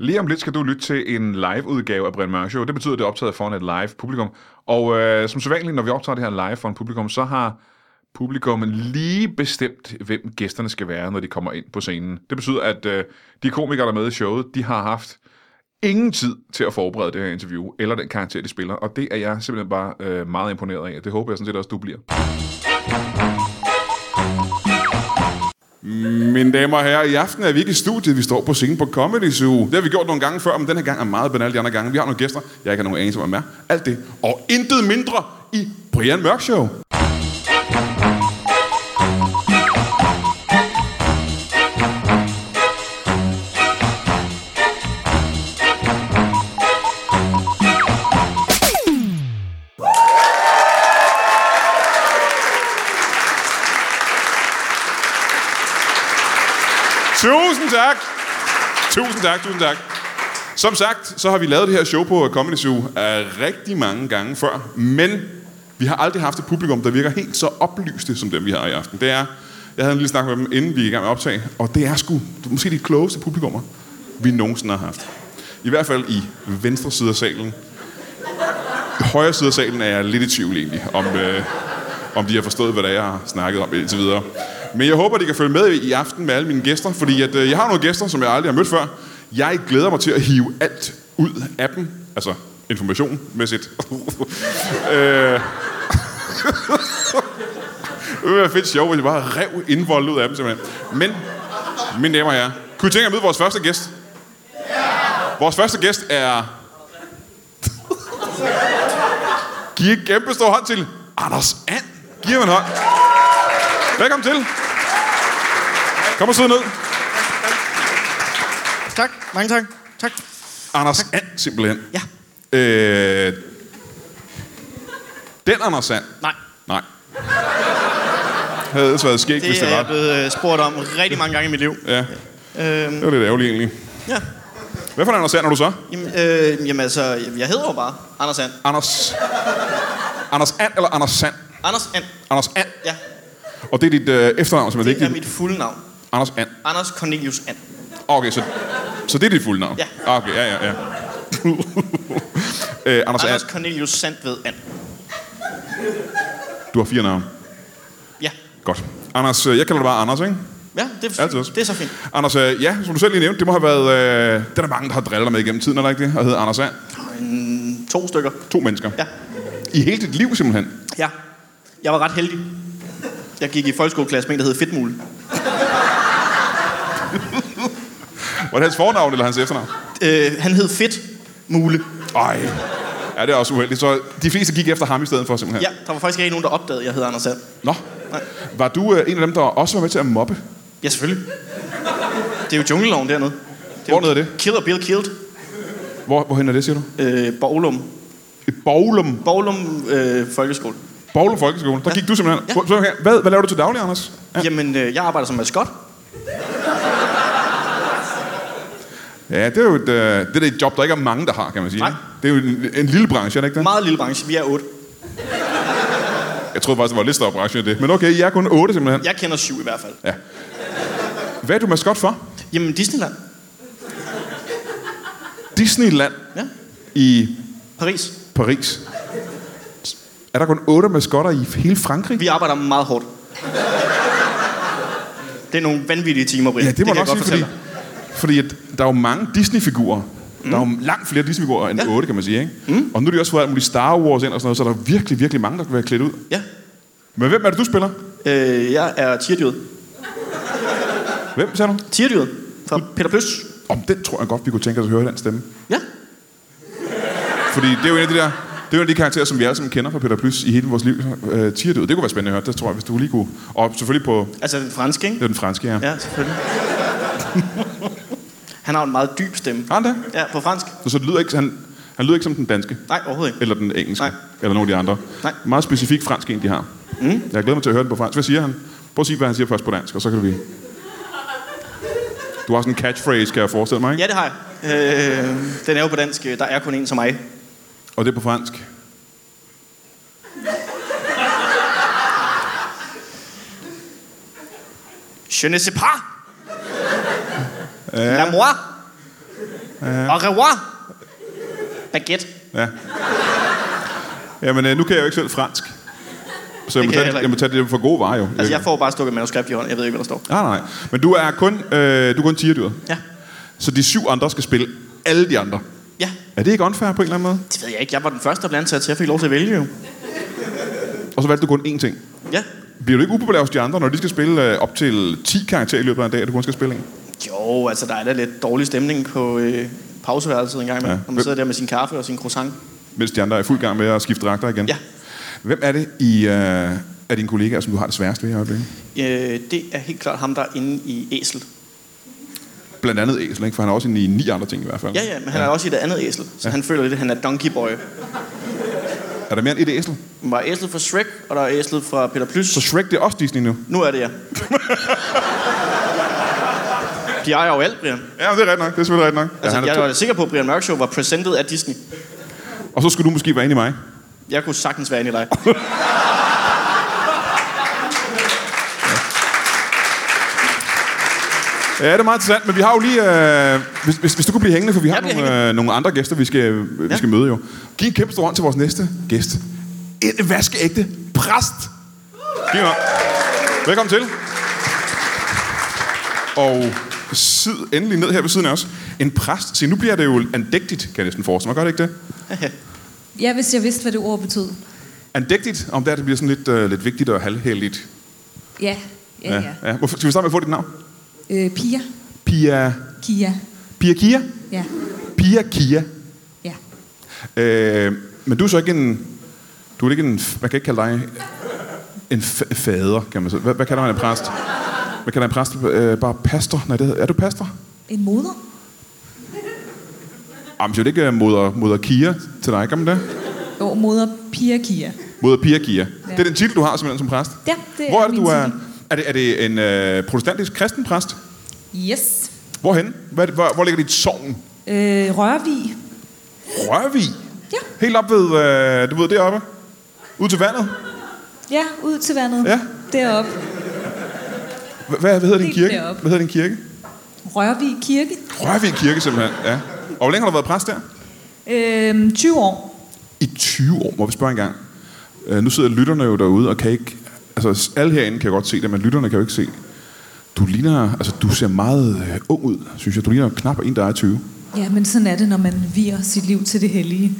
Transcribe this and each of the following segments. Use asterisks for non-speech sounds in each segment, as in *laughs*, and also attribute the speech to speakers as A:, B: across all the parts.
A: Lige om lidt skal du lytte til en live-udgave af Brian Mørk Show. Det betyder, at det er optaget foran et live publikum. Og øh, som sædvanligt, når vi optager det her live foran publikum, så har publikum lige bestemt, hvem gæsterne skal være, når de kommer ind på scenen. Det betyder, at øh, de komikere, der er med i showet, de har haft ingen tid til at forberede det her interview, eller den karakter, de spiller. Og det er jeg simpelthen bare øh, meget imponeret af. Det håber jeg sådan set også, du bliver. Mine damer og herrer, i aften er vi ikke i studiet, vi står på scenen på Comedy Zoo. Det har vi gjort nogle gange før, men den her gang er meget banal de andre gange. Vi har nogle gæster, jeg ikke har nogen anelse om, hvem er. Alt det og intet mindre i Brian Mørk Show. Tusind tak. Tusind tak, tusind tak. Som sagt, så har vi lavet det her show på Comedy Zoo uh, rigtig mange gange før, men vi har aldrig haft et publikum, der virker helt så oplyste, som dem vi har i aften. Det er, jeg havde en lille snak med dem, inden vi gik i gang med at optage, og det er sgu måske de klogeste publikummer, vi nogensinde har haft. I hvert fald i venstre side af salen. I højre side af salen er jeg lidt i tvivl egentlig, om, øh, om de har forstået, hvad det er, jeg har snakket om indtil videre. Men jeg håber, de kan følge med i aften med alle mine gæster, fordi at, øh, jeg har nogle gæster, som jeg aldrig har mødt før. Jeg glæder mig til at hive alt ud af dem, altså informationmæssigt. *laughs* øh, *laughs* det ville være fedt sjovt, hvis jeg bare rev indvoldet ud af dem simpelthen. Men, mine damer og herrer, kunne I tænke jer at møde vores første gæst? Vores første gæst er Giv en kæmpe stor hånd til Anders And. Giv ham en hånd. Velkommen til. Kom og sidde ned.
B: Tak, mange tak. Tak.
A: Anders And, simpelthen.
B: Ja.
A: Øh, den Anders And.
B: Nej,
A: Nej. Havde ellers været skægt, hvis
B: det
A: det
B: er jeg
A: var.
B: blevet øh, spurgt om rigtig mange gange i mit liv.
A: Ja,
B: Øhm,
A: det var lidt ærgerligt egentlig.
B: ja.
A: Hvad for en Anders And er du så?
B: Jamen, øh, jamen altså, jeg hedder jo bare Anders Sand.
A: Anders... Anders And eller Anders Sand?
B: Anders And.
A: Anders And.
B: Ja,
A: Og det er dit øh, efternavn, som er
B: det er
A: vigtigt.
B: mit fulde navn.
A: Anders And.
B: Anders Cornelius And.
A: Okay, så, så det er dit fulde navn? Ah,
B: Ja.
A: Okay, ja, ja, *laughs* ja. øh, Anders,
B: Anders
A: Anders
B: Cornelius Sandved And.
A: du har fire navne.
B: Ja.
A: Godt. Anders, øh, jeg kalder dig bare Anders, ikke?
B: Ja, det er,
A: Altid også.
B: det er så fint.
A: Anders, øh, ja, som du selv lige nævnte, det må have været... Øh, det er der mange, der har drillet dig med igennem tiden, er der ikke det? Og hedder Anders And.
B: Mm, To stykker.
A: To mennesker.
B: Ja.
A: I hele dit liv, simpelthen.
B: Ja. Jeg var ret heldig. Jeg gik i folkeskoleklasse med en, der hed Fedtmule.
A: Var det hans fornavn eller hans efternavn?
B: Øh, han hed Fedtmule.
A: Ej. Ja, det er også uheldigt. Så de fleste gik efter ham i stedet for, simpelthen.
B: Ja, der var faktisk ikke nogen, der opdagede, at jeg hed Anders Sand.
A: Nå.
B: Nej.
A: Var du øh, en af dem, der også var med til at mobbe?
B: Ja, selvfølgelig. Det er jo jungleloven dernede. Det
A: Hvor
B: jo-
A: nede er det?
B: Killer Bill Killed.
A: Hvor, hvorhen er det, siger du?
B: Øh, Borglum.
A: I Borglum.
B: Borglum øh, Folkeskole.
A: Borglum Folkeskole. Der
B: Ja.
A: gik du simpelthen.
B: Ja.
A: Hvor- så her. Hvad, hvad laver du til daglig, Anders?
B: Ja. Jamen, øh, jeg arbejder som maskot.
A: Ja, det er jo et, øh, det er da et job, der ikke er mange, der har, kan man sige.
B: Nej.
A: Det er jo en, en lille branche, er det ikke det?
B: Meget lille branche. Vi er otte.
A: Jeg troede faktisk, det var lidt større branche end det. Men okay, jeg er kun otte simpelthen.
B: Jeg kender syv i hvert fald.
A: Ja. Hvad er du maskot for?
B: Jamen, Disneyland.
A: Disneyland
B: Ja.
A: i
B: Paris.
A: Paris. Er der kun otte maskotter i hele Frankrig?
B: Vi arbejder meget hårdt. Det er nogle vanvittige timer, Brian.
A: Ja, det må
B: kan
A: jeg
B: jeg
A: nok
B: godt
A: sige, fordi,
B: fortælle dig.
A: fordi at der er jo mange Disney-figurer. Mm. Der er jo langt flere Disney-figurer end
B: Ja.
A: ja. 8, kan man sige. Ikke? Mm. Og nu har de også fået alt muligt Star Wars ind og sådan noget, så der er virkelig, virkelig mange, der kan være klædt ud.
B: Ja.
A: Men hvem er det, du spiller?
B: Øh, jeg er tierdyret.
A: Hvem, sagde du?
B: Tierdyret fra Peter Pløs.
A: Om den tror jeg godt, vi kunne tænke os at høre den stemme.
B: Ja.
A: Fordi det er jo en af de der... Det er jo en af de karakterer, som vi alle sammen kender fra Peter Plys i hele vores liv. Øh, Tierdød, det kunne være spændende at høre. Det tror jeg, hvis du lige kunne... Og selvfølgelig på...
B: Altså den franske,
A: Det
B: ikke?
A: er den franske, ja. ja.
B: Ja, selvfølgelig. Han har en meget dyb stemme.
A: Har han det?
B: Ja, på fransk.
A: Så, så det lyder ikke, han, han lyder ikke som den danske.
B: Nej, overhovedet ikke.
A: Eller den engelske.
B: Nej.
A: Eller nogen af de andre.
B: Nej.
A: Meget specifik fransk en, de har. Mm. Jeg glæder mig til at høre den på fransk. Hvad siger han? Prøv at sige, hvad han siger først på dansk, og så kan vi... Du har sådan en catchphrase, kan jeg forestille mig, ikke?
B: Ja, det har jeg. Øh, den er jo på dansk. øh, Der er kun en som mig.
A: Og det er på fransk.
B: Je ne sais pas. Ja. La moi.
C: Au revoir! Baguette. Altså,
A: Ja. Jamen, øh, nu kan jeg jo ikke selv fransk. Så jeg, må
C: kan jeg
A: tage,
C: heller
A: jeg,
C: ikke.
A: må tage det for gode varer, jo.
C: Altså, jeg får bare et stykke manuskript i hånden. Jeg ved ikke, hvad der står.
A: Nej, nej. Men du er kun, øh, du er kun tierdyret.
C: Ja.
A: Så de syv andre skal spille alle de andre.
C: Ja,
A: Er det ikke unfair på en eller anden måde?
C: det ved jeg ikke. Jeg var den første, der blev ansat, så jeg fik lov til at vælge jo.
A: Og så valgte du kun én ting.
C: Ja.
A: Bliver du ikke upopulær hos de andre, når de skal spille øh, op til 10 karakterer i løbet af en dag, og du kun skal spille en?
C: Jo, altså, der er da lidt dårlig stemning på øh, pauseværelset en gang imellem.
A: Ja.
C: Ja. Når man sidder der med sin kaffe og sin croissant.
A: Mens de andre er i fuld gang med at skifte dragter igen?
C: Ja.
A: Hvem er det i, øh, af dine kollegaer, som du har det sværest ved i øjeblikket?
C: Øh, det er helt klart ham, der er inde i æsel.
A: Blandt andet Æsel, ikke? for han er også inde i ni andre ting i hvert fald.
C: Ja, ja, men han er også i det andet æsel. Så ja. han føler lidt, at han er Donkey Boy.
A: Er der mere end et Æsel?
C: Der var æslet fra Shrek, og der er æslet fra Peter Plys.
A: Så Shrek, det er også Disney nu.
C: Nu er det jeg. De ejer jo alt, Brian.
A: Ja, men det er ret nok. Det er selvfølgelig ret nok.
C: Altså,
A: ja, han er
C: jeg
A: to-
C: var da sikker på, at Brian Mørk Show var presented af Disney.
A: Og så skulle du måske være enig i mig.
C: Jeg kunne sagtens være enig i dig.
A: Ja, det er meget interessant, men vi har jo lige... Øh, hvis, hvis, hvis du kunne blive hængende, for vi har
C: Jeg bliver
A: nogle, øh, nogle andre gæster, vi skal, øh, vi
C: Ja.
A: skal møde jo. Giv en kæmpe stor hånd til vores næste gæst. En vaskeægte præst. Giv en hånd. Velkommen til. Og sid endelig ned her ved siden af os. En præst. Se, nu bliver det jo andægtigt, kan jeg næsten forestille mig. Gør det ikke det?
D: Ja, hvis jeg vidste, hvad det ord betød.
A: Andægtigt, om det er, det bliver sådan lidt, øh, lidt vigtigt og halvheldigt.
D: Ja, ja, ja.
A: ja. Hvorfor, skal vi starte med at få dit navn?
D: Øh, Pia,
A: Pia...
D: Kia,
A: Pia Kia?
D: ja,
A: Pia Kia.
D: ja.
A: Øh, men du er så ikke en... Du er ikke en... Man kan ikke kalde dig en fa- fader, kan man sige. Hvad, hvad kalder man en præst? Hvad kalder en præst? Øh, bare pastor? Nej, det hedder... Er du pastor?
D: En moder?
A: Jamen, så er det ikke øh, moder, moder Kia til dig, kan man det?
D: Jo, moder Pia, Kia.
A: Moder Pia Kia. Ja. Det er den titel, du har simpelthen som præst.
D: Ja, det
A: Hvor
D: er
A: er det,
D: min
A: du er...
D: titel.
A: Er det, er det en øh, protestantisk kristen præst?
D: Yes.
A: Hvorhen? Hvad, er det- hvor, hvor ligger dit sogn?
D: Øh, Rørvig?
A: Rørvig?
D: Ja,
A: Helt op ved, øh, du ved, deroppe? Ud til vandet?
D: ja, ud til vandet.
A: Ja.
D: Deroppe.
A: Hvad, hvad hedder din
D: Helt
A: kirke?
D: deroppe.
A: Hvad hedder din kirke?
D: Rørvig Kirke.
A: Rørvig Kirke simpelthen, ja. Og hvor længe har du været præst der?
D: Øh, 20 år.
A: I 20 år, må vi spørge engang. Øh, nu sidder lytterne jo derude og kan ikke... Altså, alle herinde kan godt se det, men lytterne kan jo ikke se. Du ligner... Altså, du ser meget øh, ung ud, synes jeg. Du ligner knap en, der er 20.
D: Ja, men sådan er det, når man virer sit liv til det hellige.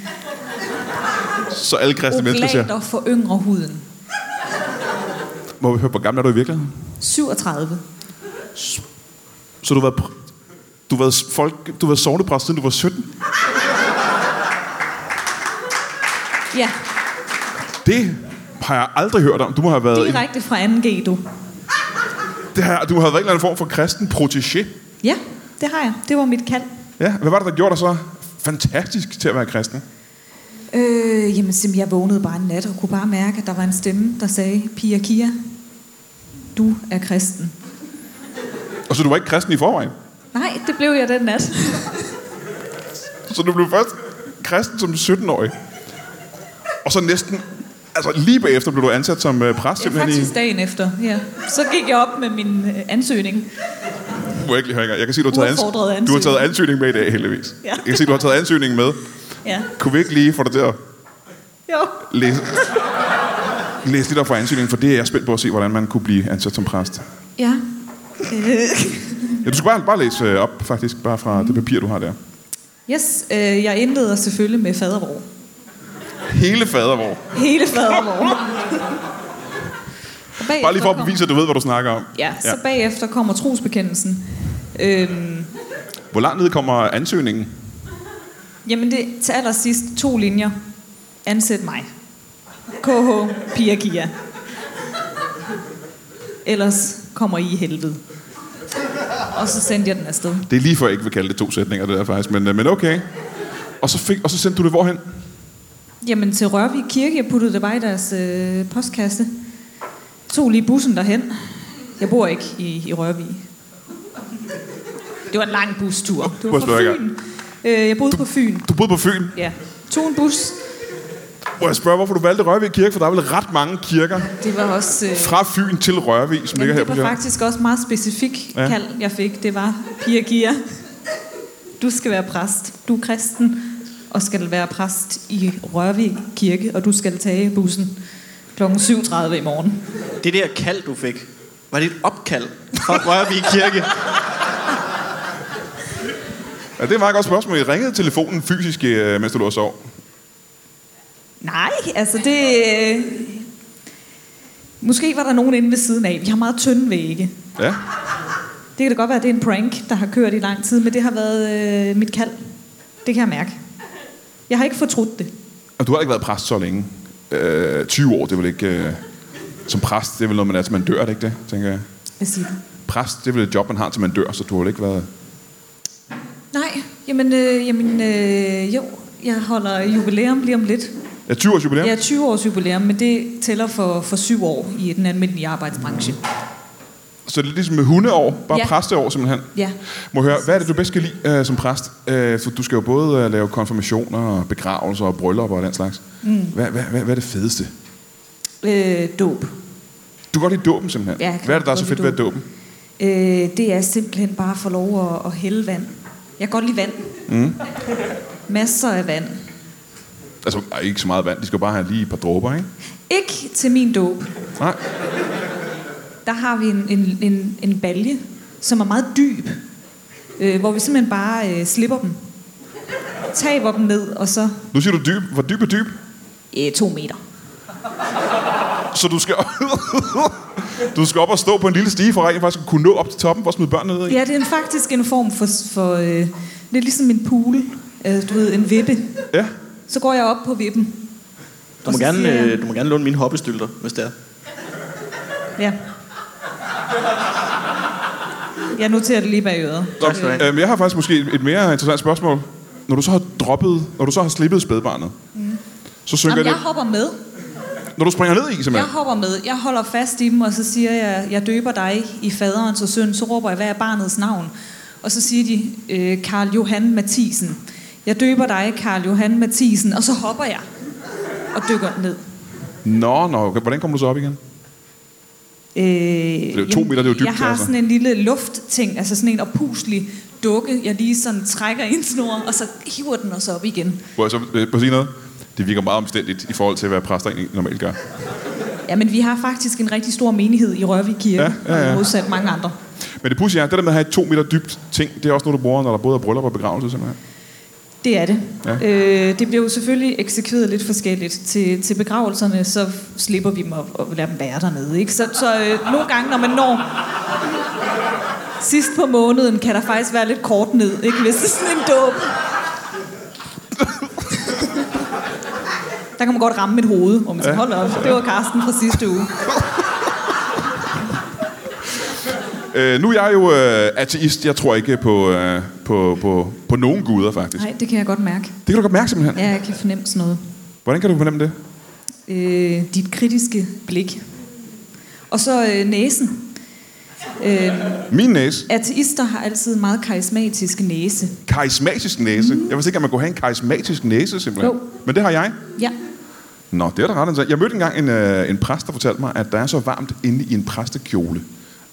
A: Så alle kristne Altså, mennesker ser...
D: Oblater for yngre huden.
A: Må vi høre, hvor gammel er du i virkeligheden?
D: 37.
A: Så du har været... pr- Du har været, s- folk, du har været sognepræst, siden du var 17.
D: Ja,
A: Det har jeg aldrig hørt om. Du må have været... en-
D: direkte fra 2G, du.
A: det her, du har været en eller anden form for kristen protégé.
D: Ja, det har jeg. Det var mit kald.
A: Ja, hvad var det, der gjorde dig så fantastisk til at være kristen?
D: Øh, jamen, sim, jeg vågnede bare en nat og kunne bare mærke, at der var en stemme, der sagde, Pia Kia, du er kristen.
A: Og så Altså, du var ikke kristen i forvejen?
D: Nej, det blev jeg den
A: *laughs*
D: nat.
A: Så du blev først kristen som 17-årig. Og så næsten... Altså lige bagefter blev du ansat som øh, præst
D: Ja,
A: simpelthen
D: faktisk
A: i...
D: dagen efter, ja. Så gik jeg op med min øh, ansøgning.
A: Virkelig, Høinger. Jeg kan se, du har, taget
D: Uopfordret
A: du har
D: ansøgning.
A: taget ansøgning med i dag, heldigvis.
D: Ja.
A: Jeg kan se, du har taget ansøgningen med.
D: Ja,
A: Kunne vi ikke lige få dig til at
D: jo.
A: læse, læse lidt op for ansøgningen? For det er jeg spændt på at se, hvordan man kunne blive ansat som præst.
D: Ja. Øh,
A: Ja, du skal bare, bare læse øh, op, faktisk, bare fra det papir, du har der.
D: yes, øh, jeg indleder selvfølgelig med fadervor.
A: Hele fadervor.
D: Hele
A: *laughs*
D: fadervor. Og bagefter
A: Bare lige for at
D: kommer-
A: bevise, at du ved, hvad du snakker om.
D: Ja, så bagefter kommer trosbekendelsen. Øhm,
A: Hvor langt ned kommer ansøgningen?
D: Jamen det er til allersidst to linjer. Ansæt mig. KH Pia Kia. Ellers kommer I i helvede. Og så sendte jeg den afsted.
A: Det er lige før, jeg ikke vil kalde det to sætninger, det der faktisk, men, øh, men okay. Og så, fik, og så sendte du det hvorhen?
D: Jamen til Rørvig Kirke, jeg puttede det bare i deres øh, postkasse. Tog lige bussen derhen. Jeg bor ikke i, i Rørvig. Det var en lang bustur. Det var
A: Hvor står jeg i
D: fra
A: gang?
D: Fyn. Øh, jeg boede på Fyn.
A: Du boede på Fyn.
D: Ja. Tog en bus.
A: Må jeg spørge, hvorfor du valgte Rørvig Kirke? For der er vel ret mange kirker
D: Det var også... Øh,
A: fra Fyn til Rørvig, som ligger her
D: Men det
A: på
D: var
A: Sjælland.
D: faktisk også meget specifik
A: Ja.
D: ja. kald, jeg fik. Det var Pia Gia. du skal være præst. Du er kristen og skal være præst i Rørvig Kirke, og du skal tage bussen kl. 7.30 i morgen.
C: Det der kald, du fik, var det et opkald fra Rørvig Kirke?
A: Ja, det er et meget godt spørgsmål. I ringede telefonen fysisk, øh, mens du lå og sov.
D: Nej, altså det... øh, Måske var der nogen inde ved siden af. Vi har meget tynde vægge.
A: Ja.
D: Det kan da godt være, at det er en prank, der har kørt i lang tid, men det har været øh, mit kald. Det kan jeg mærke. Jeg har ikke fortrudt det.
A: Og du har ikke været præst så længe. Øh, 20 år, det er vel ikke... Øh, som præst, det er vel noget, man er, til man dør, er det ikke det, tænker jeg?
D: Hvad siger du?
A: Præst, det er vel et job, man har, til man dør, så du har vel ikke været...
D: Nej, jamen, øh, jamen øh, jo, jeg holder jubilæum lige om lidt.
A: Ja, 20 års jubilæum.
D: Jeg er 20 års jubilæum, men det tæller for, for syv år i den almindelige arbejdsbranche.
A: Så det er ligesom med hundeår, bare ja.
D: Ja.
A: præsteår simpelthen.
D: Ja.
A: Må jeg høre, hvad er det, du bedst kan lide øh, som præst? Øh, for du skal jo både øh, lave konfirmationer, og begravelser og bryllupper og den slags. Mm. Hvad, hvad, hvad, hvad er det fedeste?
D: Øh, dåb.
A: Du kan godt lide dåben simpelthen.
D: Ja, jeg kan
A: hvad er det, der er
D: godt
A: så fedt
D: lide
A: ved dåben?
D: Øh, det er simpelthen bare at få lov at, at hælde vand. Jeg kan godt lide vand. Mm. Masser af vand.
A: Altså, ej, ikke så meget vand. De skal jo bare have lige et par dråber, ikke?
D: Ikke til min dåb.
A: Nej.
D: Der har vi en, en, en, en balje, som er meget dyb. Øh, hvor vi simpelthen bare øh, slipper dem. Taber dem ned, og så
A: Nu siger du dyb. Hvor dyb er dyb?
D: øh, to meter.
A: Så du skal, *laughs* du skal op og stå på en lille stige for rent faktisk at kunne nå op til toppen for at smide børnene ned i.
D: Ja, det er en, faktisk en form for... for øh, det er ligesom en pool. Øh, du ved, en vippe.
A: Ja.
D: Så går jeg op på vippen.
C: Du må,
D: Og så
C: gerne,
D: siger jeg-
C: øh, du må gerne låne mine hoppestylter, hvis det er.
D: Ja. Jeg noterer det lige bag øret.
C: Tak skal du have.
A: Øhm, jeg har faktisk måske et- et mere interessant spørgsmål. Når du så har droppet, når du så har slippet spædbarnet, mm. så synker
D: Jamen, jeg
A: Jamen,
D: hopper med.
A: det, når du springer ned i,
D: Jeg
A: simpelthen.
D: hopper med. Jeg holder fast i dem, og så siger jeg, jeg døber dig i faderens og søn. Så råber jeg, hvad er barnets navn? Og så siger de, øh, Karl Johan Mathisen. Jeg døber dig, Karl Johan Mathisen. Og så hopper jeg og dykker ned.
A: Nå, nå, hvordan kommer du så op igen?
D: Øh, det
A: er jo to meter, det er jo dybt,
D: Jeg har
A: altså.
D: sådan en lille luftting, altså sådan en oppuslig dukke, jeg lige sådan trækker i en snor, og så hiver den os op igen.
A: Må jeg så øh, på sige noget? Det virker meget omstændigt i forhold til, hvad præster egentlig normalt gør.
D: Ja, men vi har faktisk en rigtig stor menighed i Rørvig Kirke,
A: Ja, ja, ja.
D: og modsat mange andre.
A: Men det pudsige er, det der med at have et to meter dybt ting, det er også noget, du bruger, når der både er bryllup og begravelse, simpelthen.
D: Det er det.
A: Ja.
D: Ja. Øh, det bliver jo selvfølgelig eksekveret lidt forskelligt. Til, til begravelserne, så slipper vi dem op og lader dem være dernede. Ikke? Så, så øh, nogle gange, når man når sidst på måneden, kan der faktisk være lidt kort ned, ikke? hvis det er sådan en dåb. Der kan man godt ramme mit hoved, hvor man skal
A: Ja.
D: holde op. Det var Karsten fra sidste uge.
A: Øh, nu er jeg jo øh, ateist. Jeg tror ikke på, øh, på, på, på nogen guder, faktisk.
D: Nej, det kan jeg godt mærke.
A: Det kan du godt mærke, simpelthen.
D: Ja, jeg kan fornemme sådan noget.
A: Hvordan kan du fornemme det?
D: øh, dit kritiske blik. Og så øh, næsen. Øh,
A: Min næse.
D: ateister har altid en meget karismatisk næse.
A: Karismatisk næse. Mm. Jeg vidste ikke, at man kunne have en karismatisk næse, simpelthen.
D: Mhm. Jo.
A: Men det har jeg.
D: Ja.
A: Nå, det er da ret interessant. Jeg mødte engang en, øh, en præst, der fortalte mig, at der er så varmt inde i en præstekjole,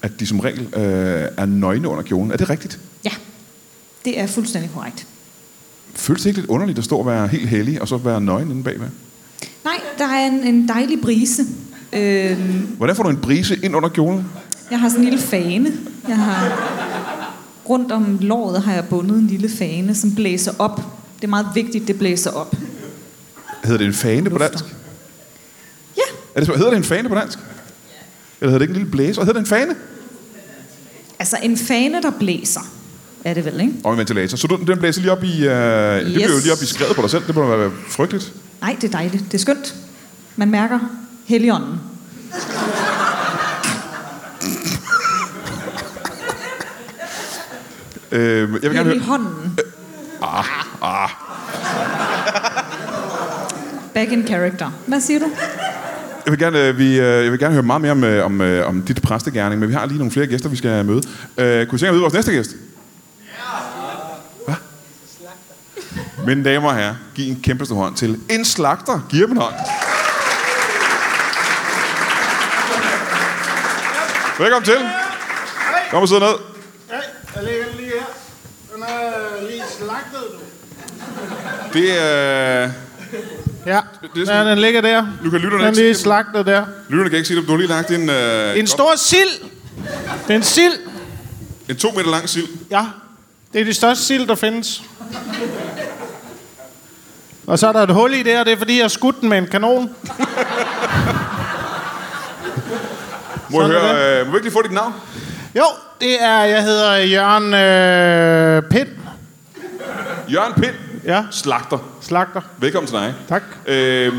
A: at de som regel øh, er nøgne under kjolen. Er det rigtigt?
D: Ja. Det er fuldstændig korrekt.
A: Føles det ikke lidt underligt at stå og være helt hellig, og så være nøgen inde bagved?
D: Nej, der er en, en dejlig brise. Øh,
A: Hvordan får du en brise ind under kjolen?
D: jeg har sådan en lille fane. Jeg har rundt om låret har jeg bundet en lille fane, som blæser op. Det er meget vigtigt, det blæser op.
A: Hedder det en fane på
D: Lufter.
A: dansk?
D: Ja,
A: Er det, så- hedder det en fane på dansk? Eller hedder det ikke en lille blæser? Hedder det en fane?
D: altså en fane, der blæser, er det vel, ikke?
A: Og en ventilator. Så du, den blæser lige op i... Øh, yes. Det bliver jo lige op i skrevet på dig selv. Det må da være frygteligt.
D: Nej, det er dejligt. Det er skønt. Man mærker heligånden.
A: Øh, jeg vil gerne høre...
D: Heligånden.
A: Ah,
D: Back in character. Hvad siger du?
A: jeg, vil gerne, øh, vi, øh, jeg vil gerne høre meget mere om, øh, om, øh, om dit præstegærning, men vi har lige nogle flere gæster, vi skal møde. Øh, kunne I tænke at vide vores næste gæst? Hvad? Mine damer og herrer, giv en kæmpe stor hånd til en slagter. Giv ham en hånd. Velkommen til. Kom og sidde ned.
E: Ja, jeg ligger den lige her. Den er lige slet
A: Det er...
E: Ja,
A: det er sådan-
E: ja den ligger der.
A: Luca, lytterne
E: Den
A: ikke
E: er lige
A: se det?
E: slagtet der.
A: Lytterne kan ikke sige det, men du har lige lagt en, øh,
E: En stor sild. Det er en sild.
A: en to meter lang sild.
E: Ja, det er det største sild, der findes. Og så er der et hul i det, og det er fordi, jeg har skudt den med en kanon.
A: Må jeg
E: Sådan er
A: høre, øh, må vi ikke lige få dit navn?
E: Jo, det er, jeg hedder Jørgen øh, Pind.
A: Jørgen Pind,
E: Ja,
A: slagter.
E: slagter.
A: Velkommen til dig.
E: Tak.
A: Øh,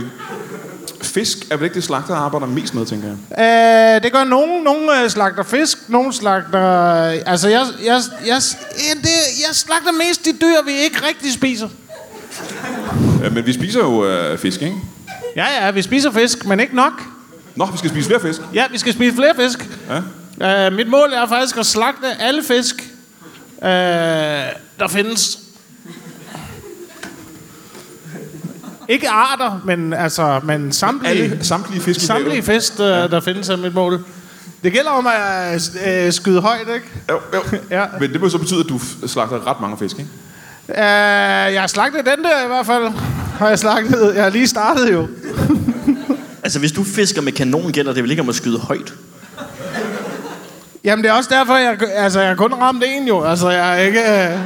A: fisk er vel ikke det slagter, der arbejder mest med, tænker jeg.
E: Øh, det gør nogen. Nogen øh, slagter fisk, nogen slagter... Altså, jeg, jeg, jeg, ja, det, jeg slagter mest de dyr, vi ikke rigtig spiser.
A: Øh, men vi spiser jo øh, fisk, ikke?
E: Ja, ja, vi spiser fisk, men ikke nok.
A: Nå, vi skal spise flere fisk.
E: Ja, vi skal spise flere fisk.
A: Ja.
E: Øh, mit mål er faktisk at slagte alle fisk, øh, der findes. Ikke arter, men, altså, men samtlige,
A: Alle samtlige fisk i
E: samtlige
A: havet.
E: fisk, der, ja. der findes, er mit mål. Det gælder om at øh, skyde højt, ikke?
A: Jo, jo.
E: *laughs* Ja.
A: Men det må så betyde, at du f- slagter ret mange fisk, ikke?
E: Øh, jeg har slagtet den der i hvert fald. Har jeg slagtet? Jeg har lige startet jo.
C: Altså, hvis du fisker med kanon, gælder det vel ikke om at skyde højt?
E: Jamen, det er også derfor, jeg, altså, jeg har kun ramt en jo. Altså, jeg er ikke... Øh...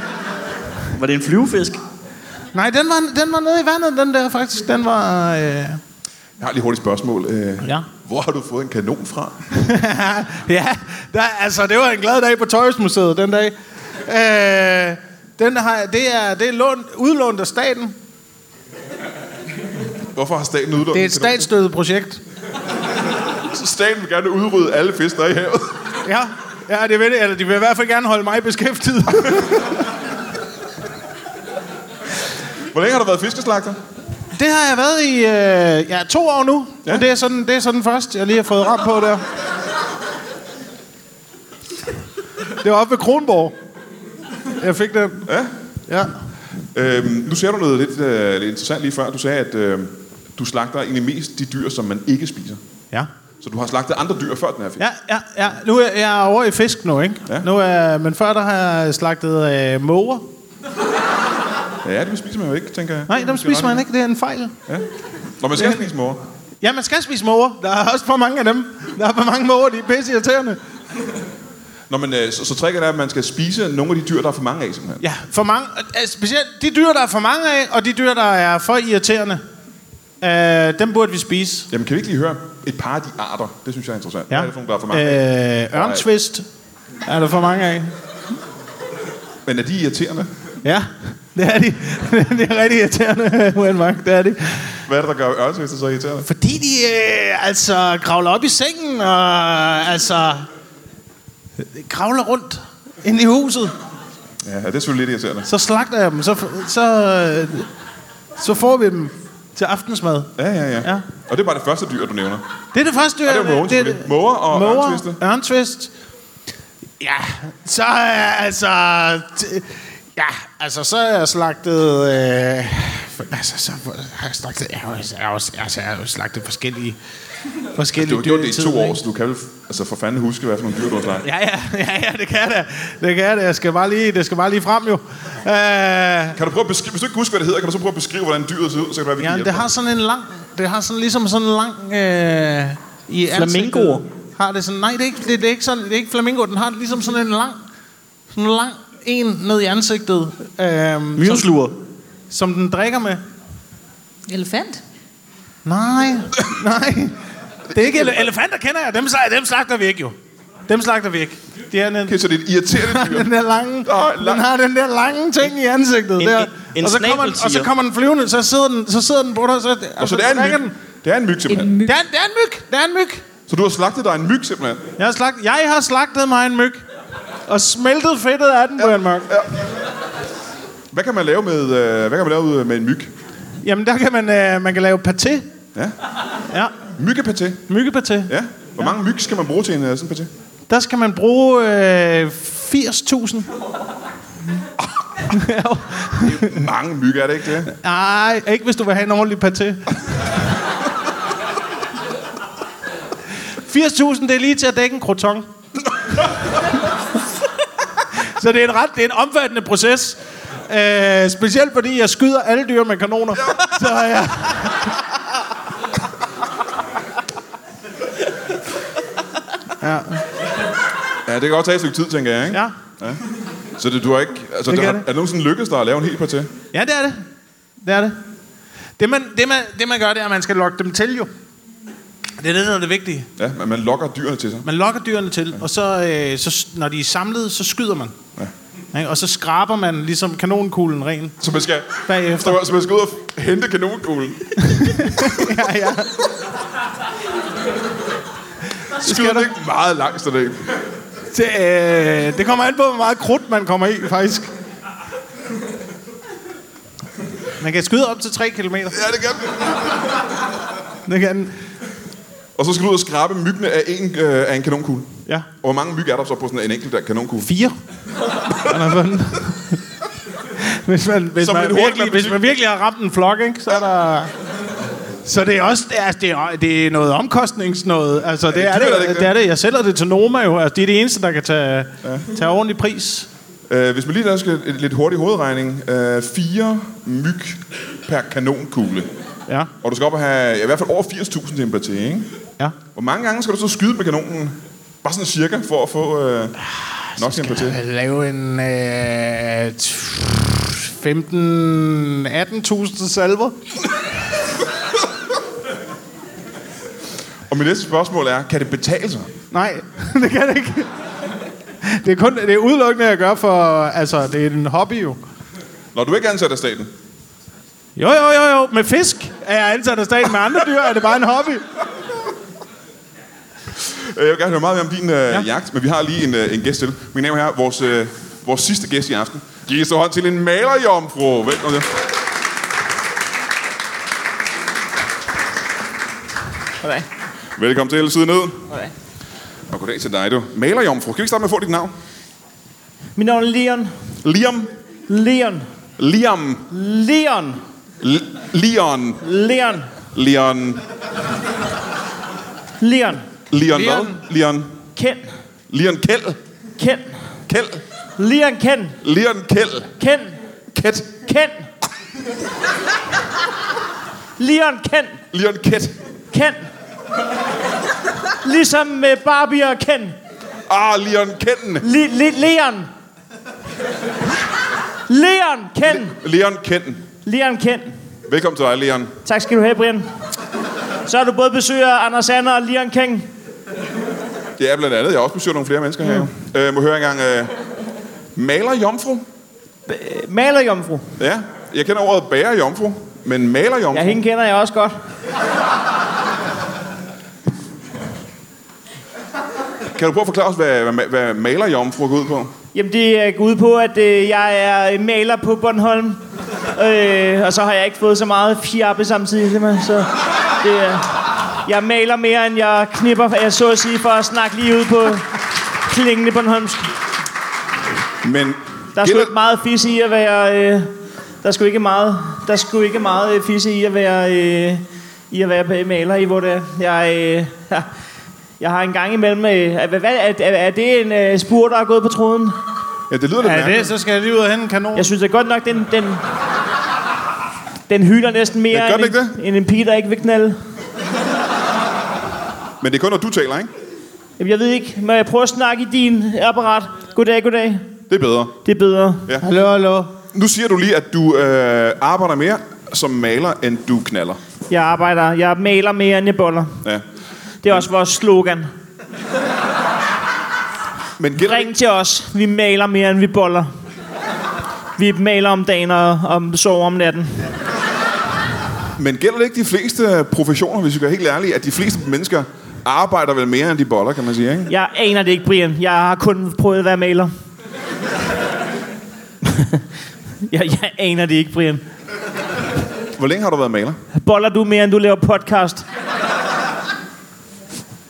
C: Var det en flyvefisk?
E: Nej, den var, den var nede i vandet, den der faktisk. Den var... Øh...
A: Jeg har lige hurtigt spørgsmål. Øh,
E: Ja.
A: Hvor har du fået en kanon fra?
E: *laughs* ja, der, altså det var en glad dag på Tøjhusmuseet den dag. Øh, den har, det er, det er lånt, udlånt af staten.
A: Hvorfor har staten udlånt
E: Det er
A: en
E: et
A: kanon?
E: statsstøttet projekt.
A: Staten vil gerne udrydde alle fisk, der er i havet.
E: Ja, ja det ved det. Eller de vil i hvert fald gerne holde mig beskæftiget.
A: Hvor længe har du været fiskeslagter?
E: det har jeg været i øh, ja, to år nu.
A: Ja.
E: Ja. Og det er, sådan, det er sådan først, jeg lige har fået ramt på der. Det var oppe ved Kronborg. Jeg fik den.
A: Ja.
E: Ja.
A: Øhm, nu ser du noget lidt, øh, lidt interessant lige før. Du sagde, at øh, du slagter egentlig mest de dyr, som man ikke spiser.
E: Ja.
A: Så du har slagtet andre dyr før den her fisk.
E: Ja, ja, ja. Nu er jeg er over i fisk nu, ikke?
A: Ja.
E: Ja. Nu er, men før der har jeg slagtet øh, måger.
A: ja det spiser man jo ikke, tænker jeg.
E: Nej, dem
A: Måske
E: spiser
A: ret
E: man ikke. Det er en fejl.
A: i. Ja. Når man skal spise mor.
E: Ja, man skal spise måger. Der er også for mange af dem. Der er for mange måger, de er pisse irriterende.
A: Nå, men, øh, så, så tricket er, at man skal spise nogle af de dyr, der er for mange af, simpelthen.
E: Ja, for mange. øh, Specielt de dyr, der er for mange af, og de dyr, der er for irriterende. Øh, dem burde vi spise.
A: Jamen, kan vi ikke lige høre et par af de arter? Det synes jeg er interessant. Hvad er det for nogle, der er for mange af?
E: Øh, ørntvist er der for mange af.
A: Men er de irriterende?
E: Ja, det er de. *laughs* det er rigtig irriterende, Uenmark. Det er de.
A: Hvad er det, der gør ørnsvæster så irriterende?
E: Fordi de øh, altså kravler op i sengen og altså kravler rundt ind i huset.
A: Ja, det er selvfølgelig lidt irriterende.
E: Så slagter jeg dem, så, så, øh, så får vi dem til aftensmad.
A: Ja, ja, ja,
E: Ja.
A: Og det er bare det første dyr, du nævner.
E: Det er det første,
A: det var mågen, selvfølgelig. Måger og ørntwiste.
E: ørntwist. Ja, så øh, altså... t- ja, altså, så er jeg slagtet... Øh, altså, så har jeg slagtet... Jeg har, jo- jeg har, jo- altså, jeg har jo slagtet forskellige...
A: Du
E: forskellige
A: har gjort det
E: dyr
A: i
E: tiden,
A: to år,
E: ikke?
A: så du kan vel f- altså for fanden huske, hvad for nogle dyr, du har slagtet.
E: Ja, ja, *laughs* ja, ja, det kan jeg da. Det kan jeg da. Jeg skal bare lige, det skal bare lige frem, jo. Øh,
A: Kan du prøve at beskrive, hvis du ikke husker, hvad det hedder, kan du så prøve at beskrive, hvordan dyret ser ud, så kan det være, vi kan
E: ja,
A: hjælpe
E: det har
A: dig.
E: sådan en lang... Det har sådan ligesom sådan en lang... Øh, i ansigtet.
C: Flamingoer.
E: Har det sådan... Nej, det er, ikke, det, det er ikke sådan... Det er ikke flamingo. Den har ligesom sådan en lang... Sådan en lang en ned i ansigtet. Øh, som,
C: Myresluger.
E: som den drikker med.
D: Elefant?
E: Nej, nej. Det er ikke ele- elefanter, kender jeg. Dem, sla- dem slagter vi ikke, jo. Dem slagter vi ikke. De er en,
A: Okay,
E: *laughs*
A: så det er et irriterende dyr.
E: den der lange,
A: Åh, lang-
E: den har den der lange ting i ansigtet
C: En-
E: der.
C: en- en
E: og, så kommer, den- og så
C: snabeltiger.
E: kommer den flyvende, så sidder den, så sidder den på dig, og så,
A: Og så det er en
E: drikker
A: myg. Det er en myg, simpelthen.
D: En myg?
E: Det er, det er en myg. Det er en myg.
A: Så du har slagtet dig en myg, simpelthen.
E: Jeg har, slagt, jeg har slagtet mig en myg. Og smeltet fedtet af den, Brian Mørk.
A: Hvad kan man lave med, øh, hvad kan man lave ud med en myg?
E: Jamen, der kan man, øh, man kan lave paté.
A: Ja.
E: Ja,
A: Myggepaté.
E: myggepaté.
A: Ja. Hvor mange myg skal man bruge til en øh, sådan paté?
E: Der skal man bruge øh, 80.000.
A: Mange myg er det ikke det?
E: Nej, ikke hvis du vil have en ordentlig paté. 80.000, det er lige til at dække en croton. Så det er en ret, det er en omfattende proces. Øh, specielt fordi jeg skyder alle dyr med kanoner. Så øh, jeg... Ja,
A: Ja, det kan godt tage et stykke tid, tænker jeg, ikke?
E: ja.
A: Så det, du har ikke... Altså,
E: Det
A: det
E: kan
A: har,
E: det.
A: er det nogensinde lykkedes dig at lave en hel par til?
E: ja det er det. Det er det. Det man, det, man, det man gør, det er, at man skal lokke dem til jo. Det er det, der er det vigtige.
A: Ja, men man lokker dyrene til sig.
E: Man lokker dyrene til, og så, øh, så når de er samlet, så skyder man. Ja. Ikke? Og så skraber man ligesom kanonkuglen ren
A: Så man skal...
E: bagefter.
A: Så, så man skal ud og f- hente kanonkuglen.
E: *laughs* ja, ja.
A: Skyder det ikke meget langt, så det ikke.
E: Det, øh, det kommer an på, hvor meget krudt man kommer i, faktisk. Man kan skyde op til 3 km.
A: Ja, det kan det.
E: Det kan den.
A: Og så skal du ud og skrabe myggene af en, øh, af en kanonkugle.
E: Ja.
A: Og hvor mange myg er der så på sådan en enkelt der kanonkugle?
E: *laughs* Fire. Han har fundet. Hvis man, hvis,
A: Som
E: man
A: en hurtig
E: virkelig, hvis man virkelig har ramt en flok, ikke, så er der... Så det er også det er, det er, det er noget omkostnings noget. Altså, det,
A: det
E: er
A: dyrt, er det
E: det,
A: ikke
E: det, er det. Jeg sælger det til Noma jo. Altså, det er det eneste, der kan tage, tage ordentlig pris.
A: Øh, hvis man lige der skal et, lidt hurtig hovedregning. Øh, fire myg per kanonkugle.
E: Ja,
A: Og du skal op og have ja, i hvert fald over 80.000 til en parti, ikke?
E: ja.
A: Hvor mange gange skal du så skyde med kanonen? Bare sådan cirka, for at få øh, nok til en parti.
E: lave en øh, 15-18.000 salver.
A: Og mit næste spørgsmål er, kan det betale sig?
E: Nej, *laughs* det kan det ikke. Det er, kun, det er udelukkende at gøre for... Altså, det er en hobby jo.
A: Når du ikke er ansat af staten.
E: Jo, jo, jo, jo. Med fisk er jeg ansat af staten. Med andre dyr er det bare en hobby.
A: Øh, Jeg vil gerne høre meget mere om din øh, ja.
E: Ja.
A: jagt, men vi har lige en, øh, en gæst til. Mine damer og herrer, vores, øh, vores sidste gæst i aften. Giv så hånd til en malerjomfru. Velkommen til.
C: Goddag.
A: Velkommen til, siden ned.
C: Goddag.
A: Og goddag til dig, du. Malerjomfru. Kan vi ikke starte med at få dit navn?
C: Mit navn er Leon.
A: Liam.
C: Leon.
A: Liam.
C: Leon.
A: L- Leon.
C: Leon.
A: Leon.
C: Leon.
A: Leon hvad? Leon.
C: Ken.
A: Leon Kjeld.
C: Ken.
A: Kjeld.
C: Leon Ken.
A: Leon Kjeld.
C: Ken.
A: Kæt.
C: Ken. Leon Ken.
A: Leon Kæt.
C: Ken. Ligesom med Barbie og Ken.
A: Ah, Leon Kenden.
C: Le, le, Leon. Leon Ken.
A: Leon Kenden.
C: Leon Ken.
A: Velkommen til dig, Leon.
C: Tak skal du have, Brian. Så har du både besøg af Anders Sander og Leon King.
A: Det er blandt andet. Jeg har også besøgt nogle flere mennesker her.
C: Mm.
A: jo. Øh, må høre engang. Øh, malerjomfru?
C: Øh, Malerjomfru.
A: Ja. Jeg kender ordet bærerjomfru, men
C: Ja,
A: malerjomfru?
C: hende kender jeg også godt.
A: Kan du prøve at forklare os, hvad, hvad, hvad malerjomfru går ud på?
C: Jamen, det øh, går ud på, at øh, jeg er maler på Bornholm. Øh, og så har jeg ikke fået så meget fjappe samtidig, simpelthen. Så det er... Jeg maler mere, end jeg knipper, jeg så at sige, for at snakke lige ud på klingende Bornholmsk.
A: Men
C: Der er sgu ikke meget fisse i at være... Øh, der er sgu ikke meget, der er sgu ikke meget øh, fisse i at være, øh, i at være maler i, hvor det er. Jeg, øh, *laughs* ja, jeg har en gang imellem... Øh, er, hvad, er, er, er det en øh, spur, der er gået på tråden?
A: Ja, det lyder lidt
E: Er det,
A: mærkeligt.
E: så skal jeg lige ud og hente en kanon.
C: Jeg synes da godt nok, den... den den hylder næsten
A: Ja,
C: mere
A: gør
C: end,
A: den ikke
C: en, end en pige, der ikke vil knalde.
A: Men det er kun, når du taler, ikke?
C: Jamen, jeg ved ikke, må jeg prøve at snakke i din apparat? Goddag, goddag.
A: Det er bedre.
C: Det er bedre.
E: Hallo, hallo.
A: Nu siger du lige, at du øh, arbejder mere som maler, end du knaller.
C: Jeg arbejder. Jeg maler mere, end jeg boller.
A: Ja.
C: Det er også vores slogan.
A: Men gælder, det,
C: Ring til os. Vi maler mere, end vi boller. Vi maler om dagen og om sover om natten.
A: men gælder det ikke de fleste professioner, hvis vi er helt ærlige, at de fleste mennesker arbejder vel mere, end de boller, kan man sige, ikke?
C: Jeg aner det ikke, Brian. Jeg har kun prøvet at være maler. *laughs* jeg, jeg aner det ikke, Brian.
A: Hvor længe har du været maler?
C: Boller du mere, end du laver podcast?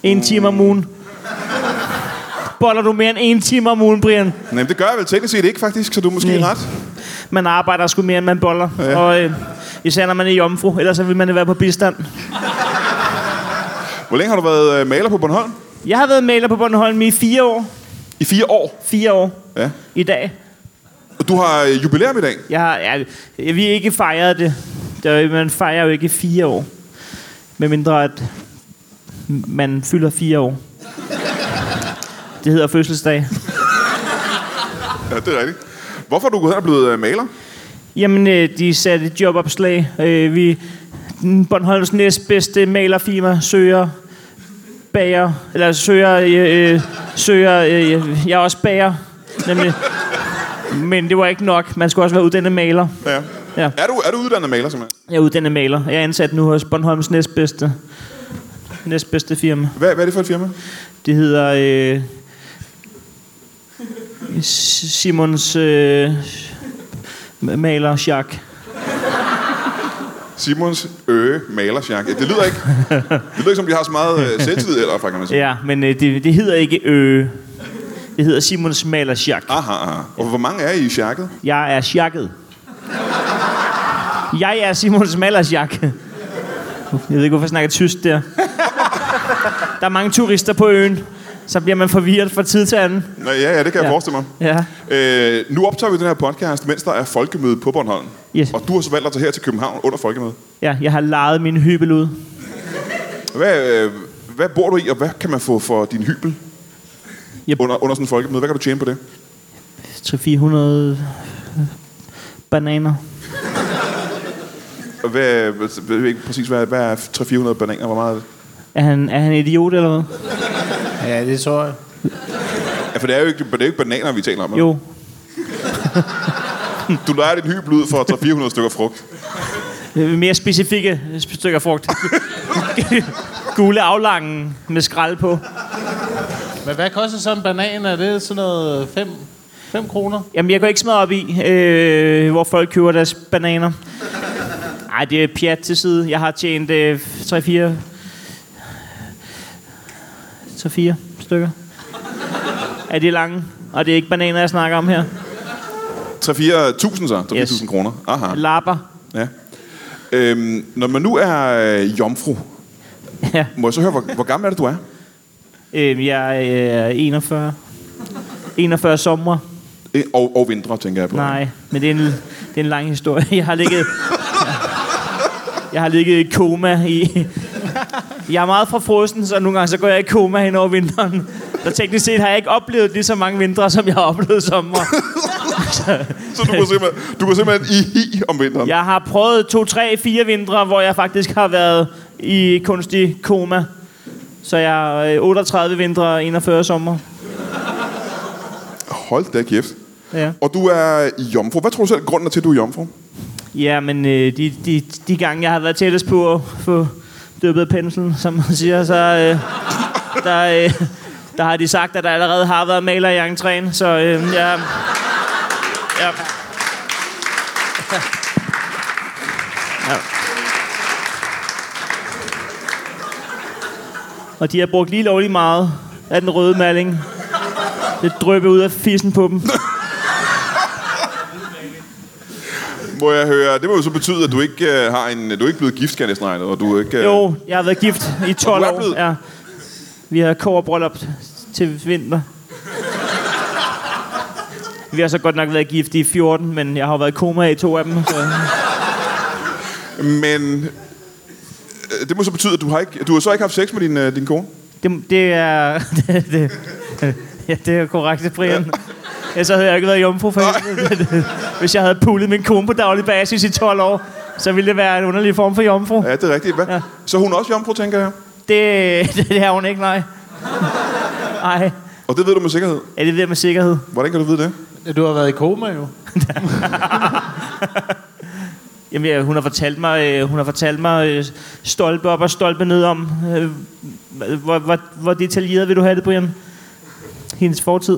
C: En time om ugen. Boller du mere end en time om ugen, Brian?
A: Nej, det gør jeg vel teknisk set ikke, faktisk, så du er måske
C: Nej.
A: ret.
C: Man arbejder sgu mere, end man boller. Ja. Og øh, især når man er jomfru, ellers så vil man være på bistand.
A: Hvor længe har du været øh, maler på Bornholm?
C: Jeg har været maler på Bornholm i fire år.
A: I fire år.
C: Fire år.
A: Ja.
C: i dag.
A: Og du har øh, jubilæum i dag.
C: Jeg har, ja, vi har ikke fejret det. det er, jo- man fejrer jo ikke fire år. Medmindre at man fylder fire år. Det hedder fødselsdag.
A: Ja, det er rigtigt. Hvorfor er du gået hen og blevet øh, maler?
C: Jamen, øh, de satte et jobopslag. Øh, vi, den Bornholms næstbedste malerfirma søger bager, eller søger, øh, øh, søger, øh, jeg er også bager, nemlig. Men det var ikke nok. Man skulle også være uddannet maler.
A: Ja.
C: Ja.
A: Er, du, er du uddannet maler, simpelthen?
C: Jeg er uddannet maler. Jeg er ansat nu hos Bornholms næstbedste, næstbedste firma.
A: Hvad, hvad er det for et firma?
C: Det hedder øh, S- Simons øh, maler Jacques.
A: Simons Øge Malersjak. Ja, det lyder
C: *laughs*
A: ikke, det lyder ikke, som de har så meget øh, selvtid eller fra, kan man sige.
C: Ja, men øh, det, det hedder ikke øh. Det hedder Simons maler Jacques.
A: Aha, aha. Og hvor mange er I i sjakket?
C: Jeg er Jacques. Jeg er Simons maler Jacques. Jeg ved ikke, hvorfor jeg snakker tysk der. Der er mange turister på øen. Så bliver man forvirret fra tid til anden.
A: Nå, ja, ja, det kan jeg
C: Ja.
A: forestille mig.
C: Ja.
A: Øh, nu optager vi den her podcast, mens der er folkemøde på Bornholm.
C: Yes.
A: Og du har så valgt at tage her til København under folkemødet.
C: Ja, jeg har lejet min hybel ud.
A: Hvad, øh, hvad bor du i, og hvad kan man få for din hybel?
C: Jeg-
A: Under, under sådan en folkemøde. Hvad kan du tjene på det?
C: 300-400 øh, bananer.
A: Og Hvad, jeg ved ikke præcis, hvad, hvad er 300-400 bananer? Hvor meget er det?
C: Er han, er han idiot eller hvad?
E: Ja, det tror jeg.
A: Ja, for det er jo ikke, det er jo ikke bananer, vi taler om.
C: Jo.
A: Du leger din hybel ud for 300-400 stykker frugt.
C: Øh, Mere specifikke stykker frugt. Gule aflangen med skrald på.
E: Men hvad koster sådan en banan? Er det sådan noget 5 5 kroner?
C: Jamen, jeg går ikke så meget op i, øh, hvor folk køber deres bananer. Nej, det er pjat til side. Jeg har tjent øh, 3-4... 3-4 stykker. Er de lange? Og det er ikke bananer, jeg snakker om her.
A: 3-4.000 så? 3-4.000
C: Yes.
A: kroner. Aha.
C: Lapper.
A: Ja. Øhm, når man nu er øh, jomfru,
C: Ja.
A: må jeg så høre, hvor, hvor gammel er det, du er?
C: Øh, jeg er øh, 41. 41 sommer.
A: Øh, Og, og vintre, tænker jeg på.
C: Nej, men det er, en, det er en lang historie. *laughs* Jeg har ligget... Jeg har ligget i koma i... Jeg er meget fra frosten, så nogle gange så går jeg i koma hen over vinteren. Så teknisk set har jeg ikke oplevet lige så mange vintre, som jeg har oplevet sommer.
A: Så du går simpelthen, du går simpelthen i hi om vinteren?
C: Jeg har prøvet to, tre, fire vintre, hvor jeg faktisk har været i kunstig koma. Så jeg er øh, 38 vintre og 41 sommer.
A: Hold da kæft.
C: Ja.
A: Og du er jomfru. Hvad tror du selv, grunden er til, at du er jomfru?
C: Ja, men øh, de, de, de gange, jeg har været tættest på at få dyppet penslen, som man siger, så øh, der, øh, der har de sagt, at der allerede har været maler i entréen, så øh, jeg... Ja. ja. Og de har brugt lige lovlig meget af den røde maling. Det drøber ud af fissen på dem.
A: Må jeg høre, det må jo så betyde, at du ikke, øh, har en, du er ikke blevet gift, skal jeg næsten regne, ud, og du er ikke... øh,
C: Jo, jeg har været gift i 12
A: er
C: år.
A: blevet-
C: Ja. Vi har kårebryllup til vinter. Vi har så godt nok været gift i 14, men jeg har jo været i koma i to af dem. Så.
A: Men øh, det må så betyde, at du har, ikke, du har så ikke haft sex med din, øh, din kone?
C: Det, det er... *laughs* Det, det, ja, det er korrekt, Brian. Ja, så havde jeg ikke været jomfru for helvede. *laughs* Hvis jeg havde pullet min kone på daglig basis i 12 år, så ville det være en underlig form for jomfru.
A: Ja, det er rigtigt. Hvad? Ja.
C: Ja.
A: Så er hun også jomfru, tænker jeg.
C: Det, det, *laughs* det er hun ikke, nej. Nej,
A: Og det ved du med sikkerhed.
C: ja, det ved jeg med sikkerhed.
A: Hvordan kan du vide det?
E: Du har været i koma jo.
C: Jamen, ja, hun har fortalt mig, øh, hun har fortalt mig øh, stolpe op og stolpe ned om. Øh, hvor, hvor, hvor detaljeret vil du have det, Brian? Hendes fortid.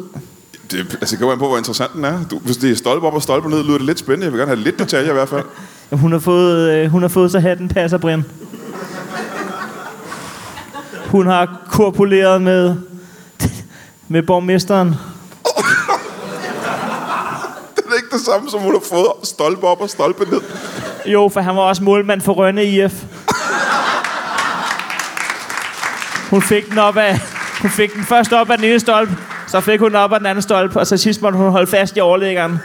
A: Det, altså, det kommer an på, hvor interessant den er. Du, hvis det er stolpe op og stolpe ned, lyder det lidt spændende. Jeg vil gerne have lidt detaljer i hvert fald.
C: Jamen, hun har fået, øh, hun har fået så hatten passer, Brian. Hun har korpuleret med, med borgmesteren.
A: Det er ikke det samme, som hun har fået stolpe op og stolpe ned.
C: Jo, for han var også målmand for Rønne IF. Hun fik den op af... Hun fik den først op af den ene stolpe, så fik hun den op af den anden stolpe, og så sidst måtte hun holde fast i overlæggeren.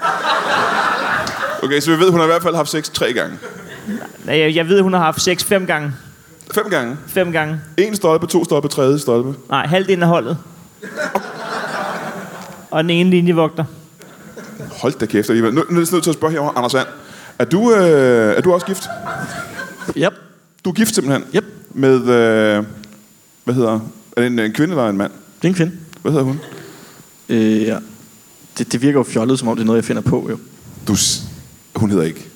A: Okay, så vi ved, hun har i hvert fald haft sex tre gange.
C: Jeg, jeg ved, hun har haft sex fem gange.
A: Fem gange.
C: Fem gange.
A: En stolpe, to stolpe, tredje stolpe.
C: Nej, halvdelen af holdet. Og den ene linjevogter.
A: Hold da kæft alligevel. Nu, nu er jeg nødt til at spørge herovre, Anders Sand. Er du, øh, er du også gift?
B: Yep.
A: Du er gift simpelthen?
B: Yep.
A: Med, øh, hvad hedder, er det en, en kvinde eller en mand?
B: Det er en kvinde.
A: Hvad hedder hun?
B: Øh, ja. det, det virker jo fjollet, som om det er noget, jeg finder på, jo.
A: Du, s- hun hedder ikke.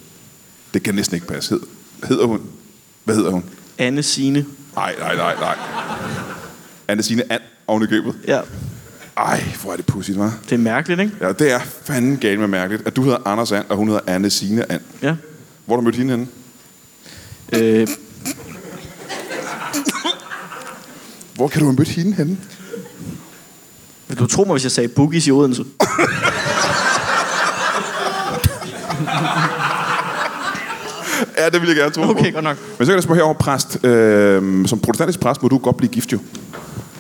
A: Det kan næsten ikke passe. Hed, hedder hun? Hvad hedder hun?
B: Anne Sine.
A: Nej, nej, nej, nej. Anne Signe And oven i købet.
B: Ja,
A: Ej, hvor er det pudsigt, hva'?
B: det er mærkeligt, ikke?
A: Ja, det er fanden galt med mærkeligt, at du hedder Anders And, og hun hedder Anne Signe And.
B: Ja.
A: Hvor har du mødt hende henne?
B: Øh,
A: Hvor kan du have mødt hende henne?
B: vil du tro mig, hvis jeg sagde boogies i Odense?
A: Ja, det vil jeg gerne tro på.
B: Okay, godt nok.
A: Men så kan jeg spørge herovre, præst. Øh, som protestantisk præst må du godt blive gift jo. Ja.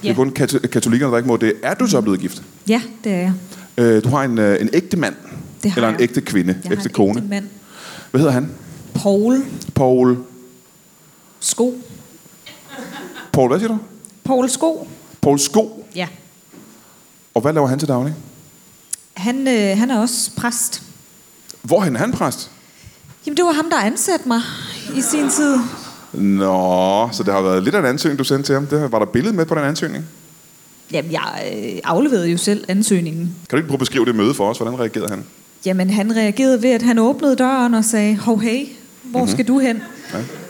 A: Det er
D: Ja.
A: kun kat- katolikkerne, der ikke må det. Er du så blevet gift?
D: Ja, det er jeg.
A: Øh, du har en, øh, en ægte mand.
D: Det har
A: eller en
D: jeg.
A: ægte kvinde.
D: Jeg
A: ægte
D: har en
A: kone.
D: ægte mand.
A: Hvad hedder han?
D: Paul
A: Paul.
D: Sko.
A: Paul, hvad siger du?
D: Paul Sko.
A: Paul Sko.
D: Ja.
A: Og hvad laver han til daglig?
D: Han, øh, han er også præst.
A: Hvorhen er han præst?
D: Jamen, det var ham, der ansatte mig i sin tid.
A: Nå, så det har været lidt af en ansøgning, du sendte til ham. Det var der billede med på den ansøgning.
D: Jamen, jeg øh, afleverede jo selv ansøgningen.
A: Kan du ikke prøve at beskrive det møde for os? Hvordan reagerede han?
D: Jamen, han reagerede ved, at han åbnede døren og sagde, hov hey, hvor
A: Mhm.
D: mm-hmm. skal du hen?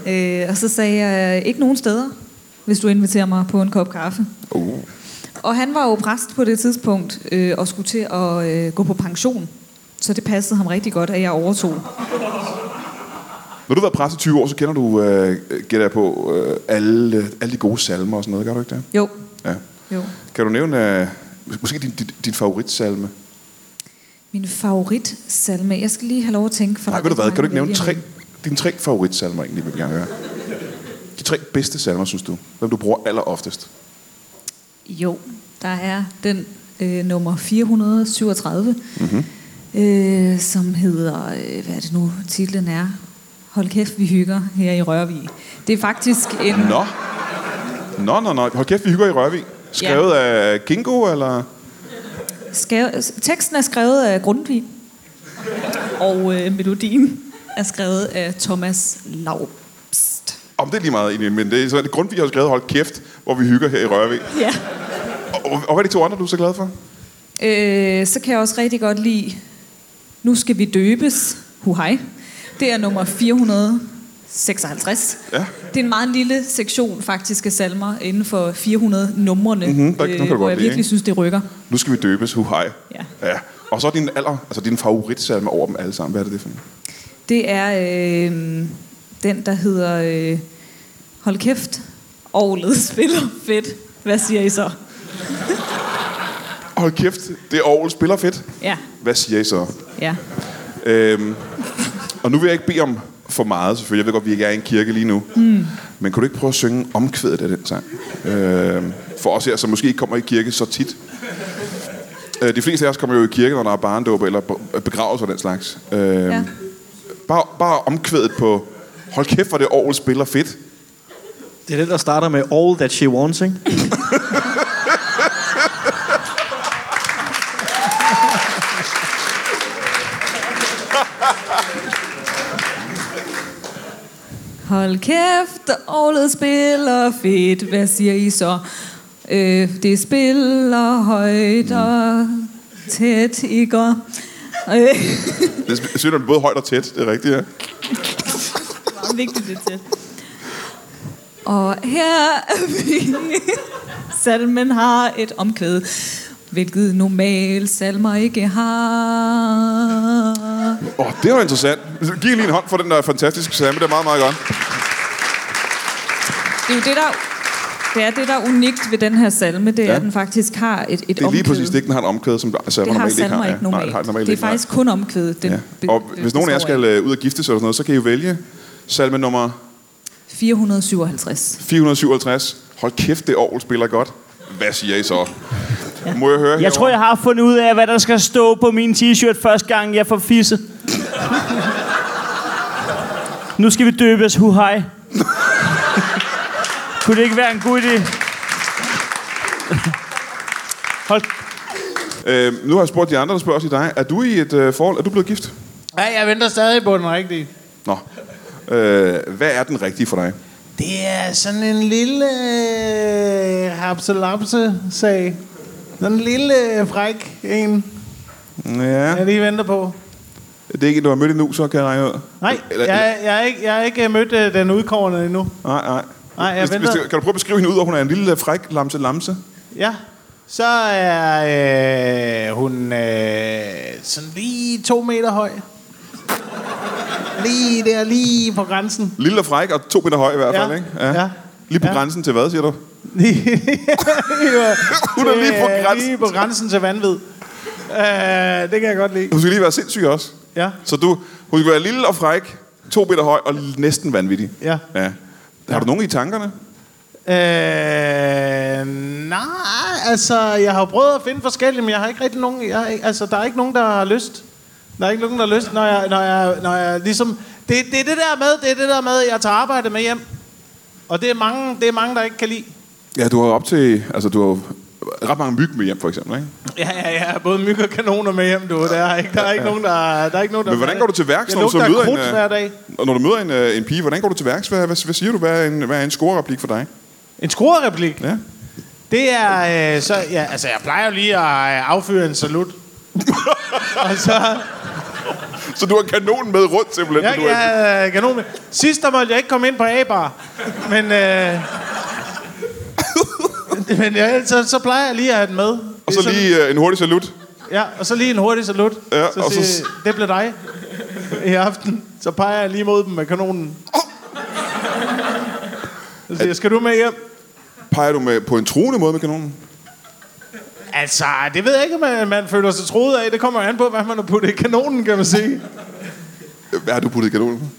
D: Ja. Øh, og så sagde jeg, ikke nogen steder, hvis du inviterer mig på en kop kaffe.
A: Uh.
D: Og han var jo præst på det tidspunkt, øh, og skulle til at øh, gå på pension. Så det passede ham rigtig godt, at jeg overtog.
A: Når du har været præst i 20 år, så kender du, øh, gætter jeg på, øh, alle, alle de gode salmer og sådan noget. Gør du ikke det?
D: Jo,
A: Ja.
D: jo.
A: Kan du nævne øh, måske din, din, din favoritsalme?
D: Min favoritsalme. Jeg skal lige have lov at tænke. For
A: Nej,
D: der
A: ved du
D: er
A: hvad? Kan du ikke
D: mange
A: nævne tre,
D: vælgere.
A: dine tre favoritsalmer egentlig, vil jeg gerne høre? De tre bedste salmer, synes du? Hvem du bruger aller oftest?
D: Jo, der er den øh, nummer 437, mm-hmm. øh, som hedder, øh, hvad er det nu titlen er? Hold kæft, vi hygger her i Rørvig. Det er faktisk en...
A: Nå. Nå, nå, nå. Hold kæft, vi hygger i Rørvig. Skrevet ja. af Kingo, eller?
D: Skrev, teksten er skrevet af Grundtvig, og øh, melodien er skrevet af Thomas Laubst.
A: Om det er lige meget egentlig, men det er sådan, Grundtvig har skrevet Hold kæft, hvor vi hygger her i Rørvig.
D: Ja.
A: Og, og, og hvad er de to andre, du er så glad for?
D: Øh, så kan jeg også rigtig godt lide, Nu skal vi døbes, huhej. Det er nummer 456.
A: Ja.
D: Det er en meget lille sektion faktisk af salmer inden for 400 numrene, øh,
A: Mhm, der- nu kan du godt
D: hvor jeg
A: lide,
D: virkelig
A: ikke?
D: synes, det rykker.
A: Nu skal vi døbes, hu hej.
D: Ja.
A: ja. Og så din aller, altså din favoritsalme over dem alle sammen. Hvad er det, det for en?
D: Det er øh, den, der hedder øh, Hold kæft, Orlet spiller fedt. Hvad siger I så?
A: Hold kæft, det er Aarhus spiller fedt.
D: Ja,
A: Hvad siger I så?
D: ja.
A: Øhm, og nu vil jeg ikke bede om for meget, selvfølgelig. Jeg ved godt, vi ikke er i en kirke lige nu. Mm. Men kunne du ikke prøve at synge omkvædet af den sang? Øhm, for os her, som måske ikke kommer i kirke så tit. Øh, de fleste af os kommer jo i kirke, når der er barndåb eller be- begravelser og den slags. Øhm, ja.
D: Ja.
A: bare, bare omkvædet på... Hold kæft, hvor det Aarhus spiller fedt.
B: Det er den, der starter med All That She Wants, ikke?
D: Hold kæft, Orlet spiller fedt. Hvad siger I så? Øh, det spiller højt og tæt, ikke? Øh,
A: Det sp- synger du både højt og tæt, det er rigtigt, ja.
D: meget vigtigt, det er tæt. Og her er vi. Salmen har et omkvæd, hvilket normalt salmer ikke har.
A: Åh, oh, det var interessant. Giv lige en hånd for den der fantastiske salme, det er meget, meget godt.
D: Det er jo det, der... Det er det, der er unikt ved den her salme, det er,
A: Ja.
D: ja. at den faktisk har et, et
A: Det er lige
D: omkvæd.
A: præcis det, den har en omkvæde, som salmer
D: Det har
A: normalt ikke
D: salmer
A: har. ja.
D: ikke normalt.
A: Nej, det, har den normalt
D: det er
A: ikke, nej.
D: faktisk kun omkvædet. Den
A: Ja. Og hvis nogen af jer skal øh, ud og gifte sig eller sådan noget, så kan I jo vælge salme nummer
D: 457.
A: 457. Hold kæft, det Aarhus spiller godt. Hvad siger I så? Må jeg høre
C: Jeg tror, jeg har fundet ud af, hvad der skal stå på min t-shirt første gang, jeg får fisse. Nu skal vi døbes huhaj. Kunne det ikke være en god idé? Hold.
A: Øh, nu har jeg spurgt de andre, der spørger også i dig. Er du i et øh, forhold? Er du blevet gift?
E: Nej, jeg venter stadig på den rigtige.
A: Nå. Øh, hvad er den rigtige for dig?
E: Det er sådan en lille øh, hapselapse-sag. Sådan en lille øh, fræk en,
A: Ja.
E: jeg lige venter på.
A: Det er ikke en, du har mødt endnu, så kan jeg regne ud.
E: Nej,
A: Eller-
E: jeg, jeg, er ikke, jeg er ikke øh, mødt øh, den udkårende endnu.
A: Nej, nej.
E: Nej, jeg
A: hvis, hvis,
E: venter.
A: du- kan du prøve at beskrive hende ud, at hun er en lille fræk lamse lamse?
E: Ja. Så er øh, hun øh, sådan lige to meter høj. Lige der, lige på grænsen. *laughs*
A: Lille og fræk og to meter høj i hvert
E: Ja,
A: fald, ikke?
E: ja.
A: Lige på
E: Ja.
A: grænsen til hvad, siger du?
E: Lige-
A: Hun er lige på
E: Øh,
A: grænsen.
E: Lige på grænsen til vanvid. Øh, det kan jeg godt lide.
A: Hun skal lige være sindssyg også.
E: Ja.
A: Så du, hun skal være lille og fræk, to meter høj og næsten vanvittig.
E: Ja.
A: ja. Har du nogen i tankerne?
E: Øh, nej, altså, jeg har jo prøvet at finde forskellige, men jeg har ikke rigtig nogen, jeg, har ikke- altså, der er ikke nogen, der har lyst. Der er ikke nogen, der har lyst, når jeg, når jeg, når jeg ligesom... Det, det er det der med, det er det der med, jeg tager arbejde med hjem. Og det er mange, det er mange der ikke kan lide.
A: Ja, du har jo op til... Altså, du har jo ret mange myg med hjem, for eksempel, ikke?
E: Ja, ja, ja, både myg og kanoner med hjem, du. Der er ikke, der er ikke nogen, der... Der er ikke nogen, der
A: Men hvordan går du til værks,
E: Jeg
A: når du så
E: lugter af
A: møder en,
E: krudt
A: øh,
E: hver dag.
A: Og når du møder en, øh, en pige, hvordan går du til værks? Hvad, hvad, hvad siger du? Hvad er en, hvad er en scorereplik for dig?
E: En skruereplik?
A: Ja.
E: Det er... Øh, så, ja, altså, jeg plejer jo lige at øh, affyre en
A: *laughs*
E: salut. og så...
A: Så du har kanonen med rundt, simpelthen?
E: Jeg,
A: når du er-
E: jeg er kanon med. Sidst der måtte jeg ikke komme ind på A-bar. Men, *coughs* øh, men ja, så, så plejer jeg lige at have den med. Det er
A: Og så
E: sådan-
A: lige øh, en hurtig salut.
E: Ja, og så lige en hurtig salut.
A: Ja,
E: så,
A: og
E: siger,
A: så-
E: det blev dig i aften. Så peger jeg lige mod dem med kanonen. Så siger, jeg, skal du med hjem?
A: Peger du med, på en truende måde med kanonen?
E: Altså, det ved jeg ikke, om man, man føler sig troet af. Det kommer an på, hvad man har puttet i kanonen, kan man sige.
A: Øh, Hvad har du puttet i kanonen?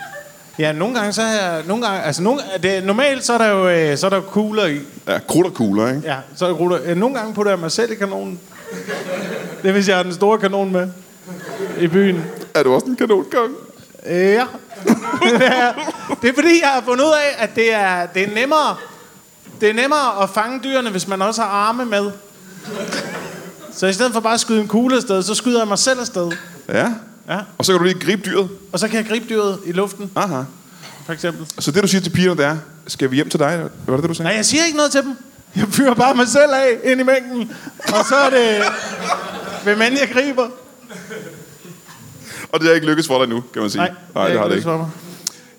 E: Ja, nogle gange så har jeg... Nogle gange, altså, nogle, det, normalt så er der jo øh, så er der jo kugler i.
A: Ja, krudt og kugler, ikke?
E: Ja, så jeg ruller. øh, Nogle gange putter jeg mig selv i kanonen. Det er, hvis jeg har den store kanon med i byen.
A: Er du også en kanongang?
E: Øh, ja. *laughs* det er fordi, jeg har fundet ud af, at det er, det er nemmere det er nemmere at fange dyrene, hvis man også har arme med. Så i stedet for bare at skyde en kugle afsted, så skyder jeg mig selv afsted.
A: Ja.
E: Ja.
A: Og så kan du lige gribe dyret.
E: Og så kan jeg gribe dyret i luften,
A: Aha.
E: for eksempel.
A: Så det, du siger til pigerne, det er, skal vi hjem til dig? Var det det, du sagde?
E: Nej, jeg siger ikke noget til dem. Jeg fyrer bare mig selv af ind i mængden. Og så er det, hvem end jeg griber.
A: Og det er ikke lykkedes for dig nu, kan man sige.
E: Nej,
A: Nej det har det
E: lykkedes
A: ikke.
E: for mig.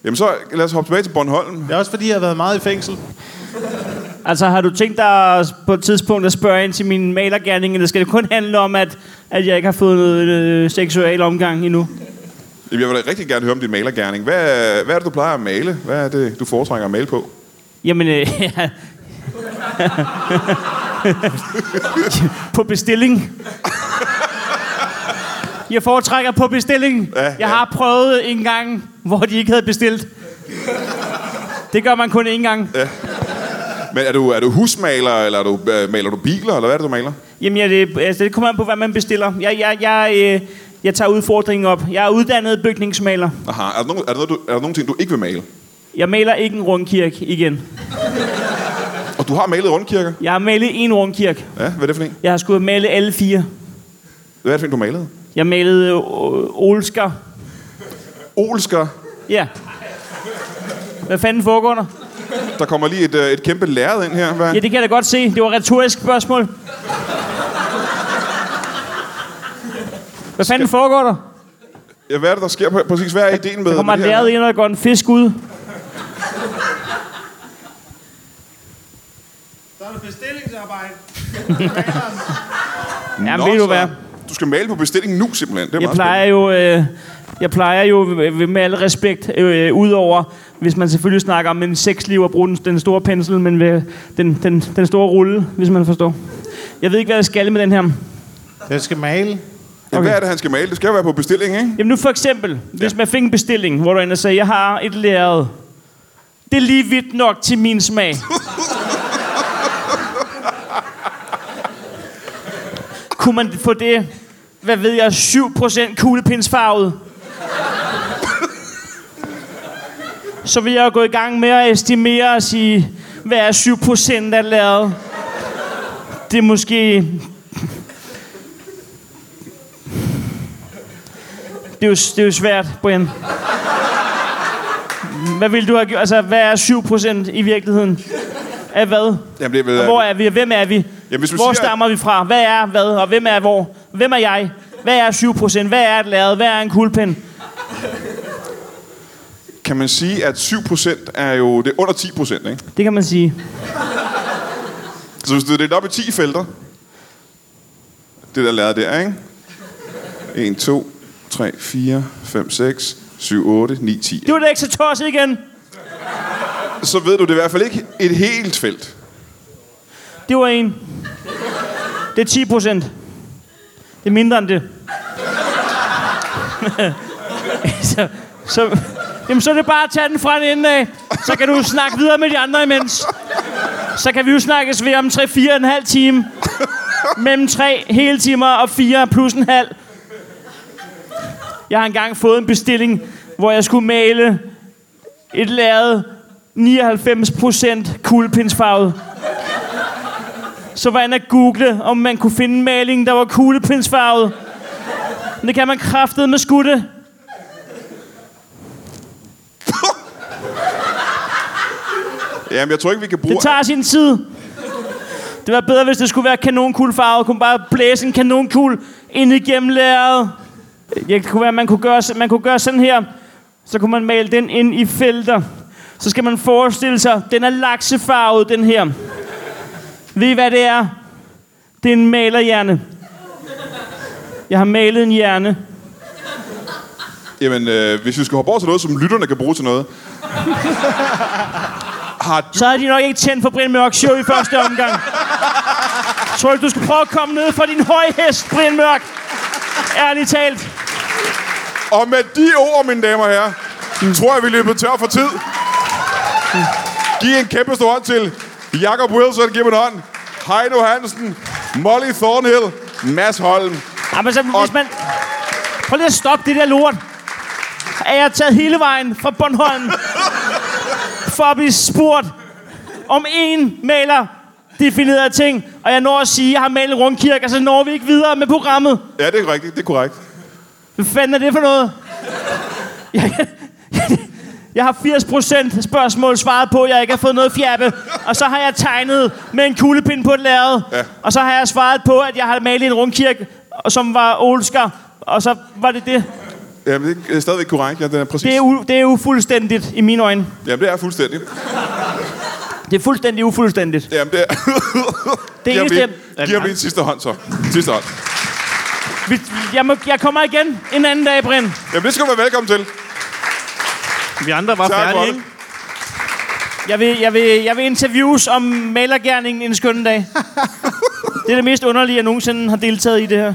A: Jamen så lad os hoppe tilbage til Bornholm.
E: Det er også fordi, jeg har været meget i fængsel.
C: Altså, har du tænkt dig på et tidspunkt at spørge ind til min malergærning, eller skal det kun handle om, at, at jeg ikke har fået noget øh, seksuel omgang endnu?
A: Jamen, jeg vil da rigtig gerne høre om din malergærning. Hvad, hvad er det, du plejer at male? Hvad er det, du foretrækker at male på?
C: Jamen, øh, *laughs* ja. på bestilling. Jeg foretrækker på bestilling.
A: Ja, ja.
C: jeg har prøvet en gang, hvor de ikke havde bestilt. Det gør man kun én gang.
A: Men er du, er du husmaler, eller er du, øh, maler du biler, eller hvad er det, du maler?
C: Jamen, ja, det, altså, det kommer an på, hvad man bestiller. Jeg, jeg, jeg, øh, jeg tager udfordringen op. Jeg er uddannet bygningsmaler.
A: Aha. Er der, nogen, er, der noget, du, er der nogen ting, du ikke vil male?
C: Jeg maler ikke en rundkirke igen.
A: Og du har malet rundkirker.
C: Jeg har malet en rundkirke.
A: Ja, hvad er det for en?
C: Jeg har skulle male alle fire.
A: Hvad er det for en, du malede?
C: Jeg malede øh, Olsker.
A: Olsker.
C: Ja. Hvad fanden foregår der?
A: Der kommer lige et, øh, et kæmpe lærred ind her. Hvad?
C: Ja, det kan jeg da godt se. Det var et retorisk spørgsmål. Hvad fanden foregår der?
A: Ja, hvad er det, der sker pr- præcis? Hvad er ideen med
C: Der kommer et
A: med det her?
C: lærred ind, og der går en fisk ud.
E: Der er bestillingsarbejde.
C: Ja,
A: Nå,
C: ved du
A: så
C: hvad?
A: Du skal male på bestilling nu, simpelthen. Det er
C: Jeg
A: meget
C: plejer jo, øh, jeg plejer jo øh, med al respekt, øh, udover hvis man selvfølgelig snakker om en sexliv og bruger den, den store pensel, men ved, den, den, den store rulle, hvis man forstår. Jeg ved ikke, hvad jeg skal med den her.
E: Jeg skal male.
A: spændende. Ja, Hvad er det, han skal male? Det skal jo være på bestilling, ikke?
C: Jamen nu for eksempel, hvis man fik en bestilling, hvor du ender og sagde, jeg har et lærred. Det er lige vidt nok til min smag. Kunne man få det, hvad ved jeg, 7% kuglepindsfarvet? så vil jeg jo gå i gang med at estimere og sige, hvad er 7 procent af lavet? Det er måske... Det er, jo, det er jo svært, Brian. Hvad vil du have gjort? Altså, hvad er 7 procent i virkeligheden? Af hvad?
A: Jamen, det er vel,
C: Og hvor er vi, og hvem er vi?
A: Jamen, hvis man
C: hvor
A: siger, at-
C: stammer vi fra? Hvad er hvad, og hvem er hvor? Hvem er jeg? Hvad er 7 procent? Hvad er et lærred? Hvad er en kuglepen?
A: Kan man sige, at 7% er jo det er under 10%, ikke?
C: Det kan man sige.
A: Så hvis du deler det op i 10 felter, det der lavet der, ikke? 1, 2, 3, 4, 5, 6, 7, 8, 9, 10.
C: Det var da ikke så tosset igen.
A: Så ved du det er i hvert fald ikke et helt felt.
C: Det var en. Det er 10 procent. Det er mindre end det. *laughs* så, så, jamen, så er det bare at tage den fra en ende af. Så kan du snakke videre med de andre imens. Så kan vi jo snakkes ved om 3-4 en halv time. Mellem 3 hele timer og 4 plus en halv. Jeg har engang fået en bestilling, hvor jeg skulle male et lærred 99% kuglepindsfarvet så var jeg inde at google, om man kunne finde en maling, der var kuglepindsfarvet. Men det kan man kraftede med skudte.
A: Jamen, jeg tror ikke, vi kan bruge...
C: Det tager sin tid. Det var bedre, hvis det skulle være kanonkuglefarvet. Kunne bare blæse en kanonkugle ind igennem læret. Det kunne være, man kunne gøre, man kunne gøre sådan her. Så kunne man male den ind i felter. Så skal man forestille sig, den er laksefarvet, den her. Ved I, hvad det er? Det er en malerhjerne. Jeg har malet en hjerne.
A: Jamen, øh, hvis vi skal hoppe over til noget, som lytterne kan bruge til noget... Har du...
C: så havde de nok ikke tændt for Brian Mørk Show i første omgang. Jeg tror ikke, du skal prøve at komme ned fra din høje hest, Brian Mørk. Ærligt talt.
A: Og med de ord, mine damer og herrer,
C: Mm.
A: tror jeg, vi er løbet tør for tid. Giv en kæmpe stor hånd til Jakob Wilson. Giv ham en hånd. Heino Hansen. Molly Thornhill. Mads Holm.
C: Jamen, så, hvis man... Prøv lige at stoppe det der lort. Er jeg taget hele vejen fra Bornholm for at blive spurgt om en maler definerede ting, og jeg når at sige, at jeg har malet rundkirke, og så når vi ikke videre med programmet.
A: Ja, det er rigtigt. Det er korrekt.
C: Hvad fanden er det for noget? Jeg, jeg har 80% spørgsmål svaret på, jeg ikke har fået noget fjappe. Og så har jeg tegnet med en kuglepind på et lærred.
A: Ja.
C: Og så har jeg svaret på, at jeg har malet en rundkirke, og- som var Olsker. Og så var det det.
A: Jamen, det er stadigvæk korrekt. Ja, den er præcis.
C: Det er, u- det er ufuldstændigt i mine øjne.
A: Jamen, det er fuldstændig.
C: Det er fuldstændig ufuldstændigt.
A: Jamen, det er...
C: Det
A: Giv ham
C: eneste,
A: lige-
C: jeg-
A: Giv ham lige en sidste hånd, så. Sidste hånd.
C: Vi- Jeg, må, jeg kommer igen en anden dag, Brind.
A: Jamen, det skal du være velkommen til.
F: Vi andre var
A: Tak for
F: færdige,
A: det.
F: ikke?
C: Jeg vil, jeg, vil, jeg vil interviews om malergærningen en skøn dag. Det er det mest underlige, jeg nogensinde har deltaget i det her.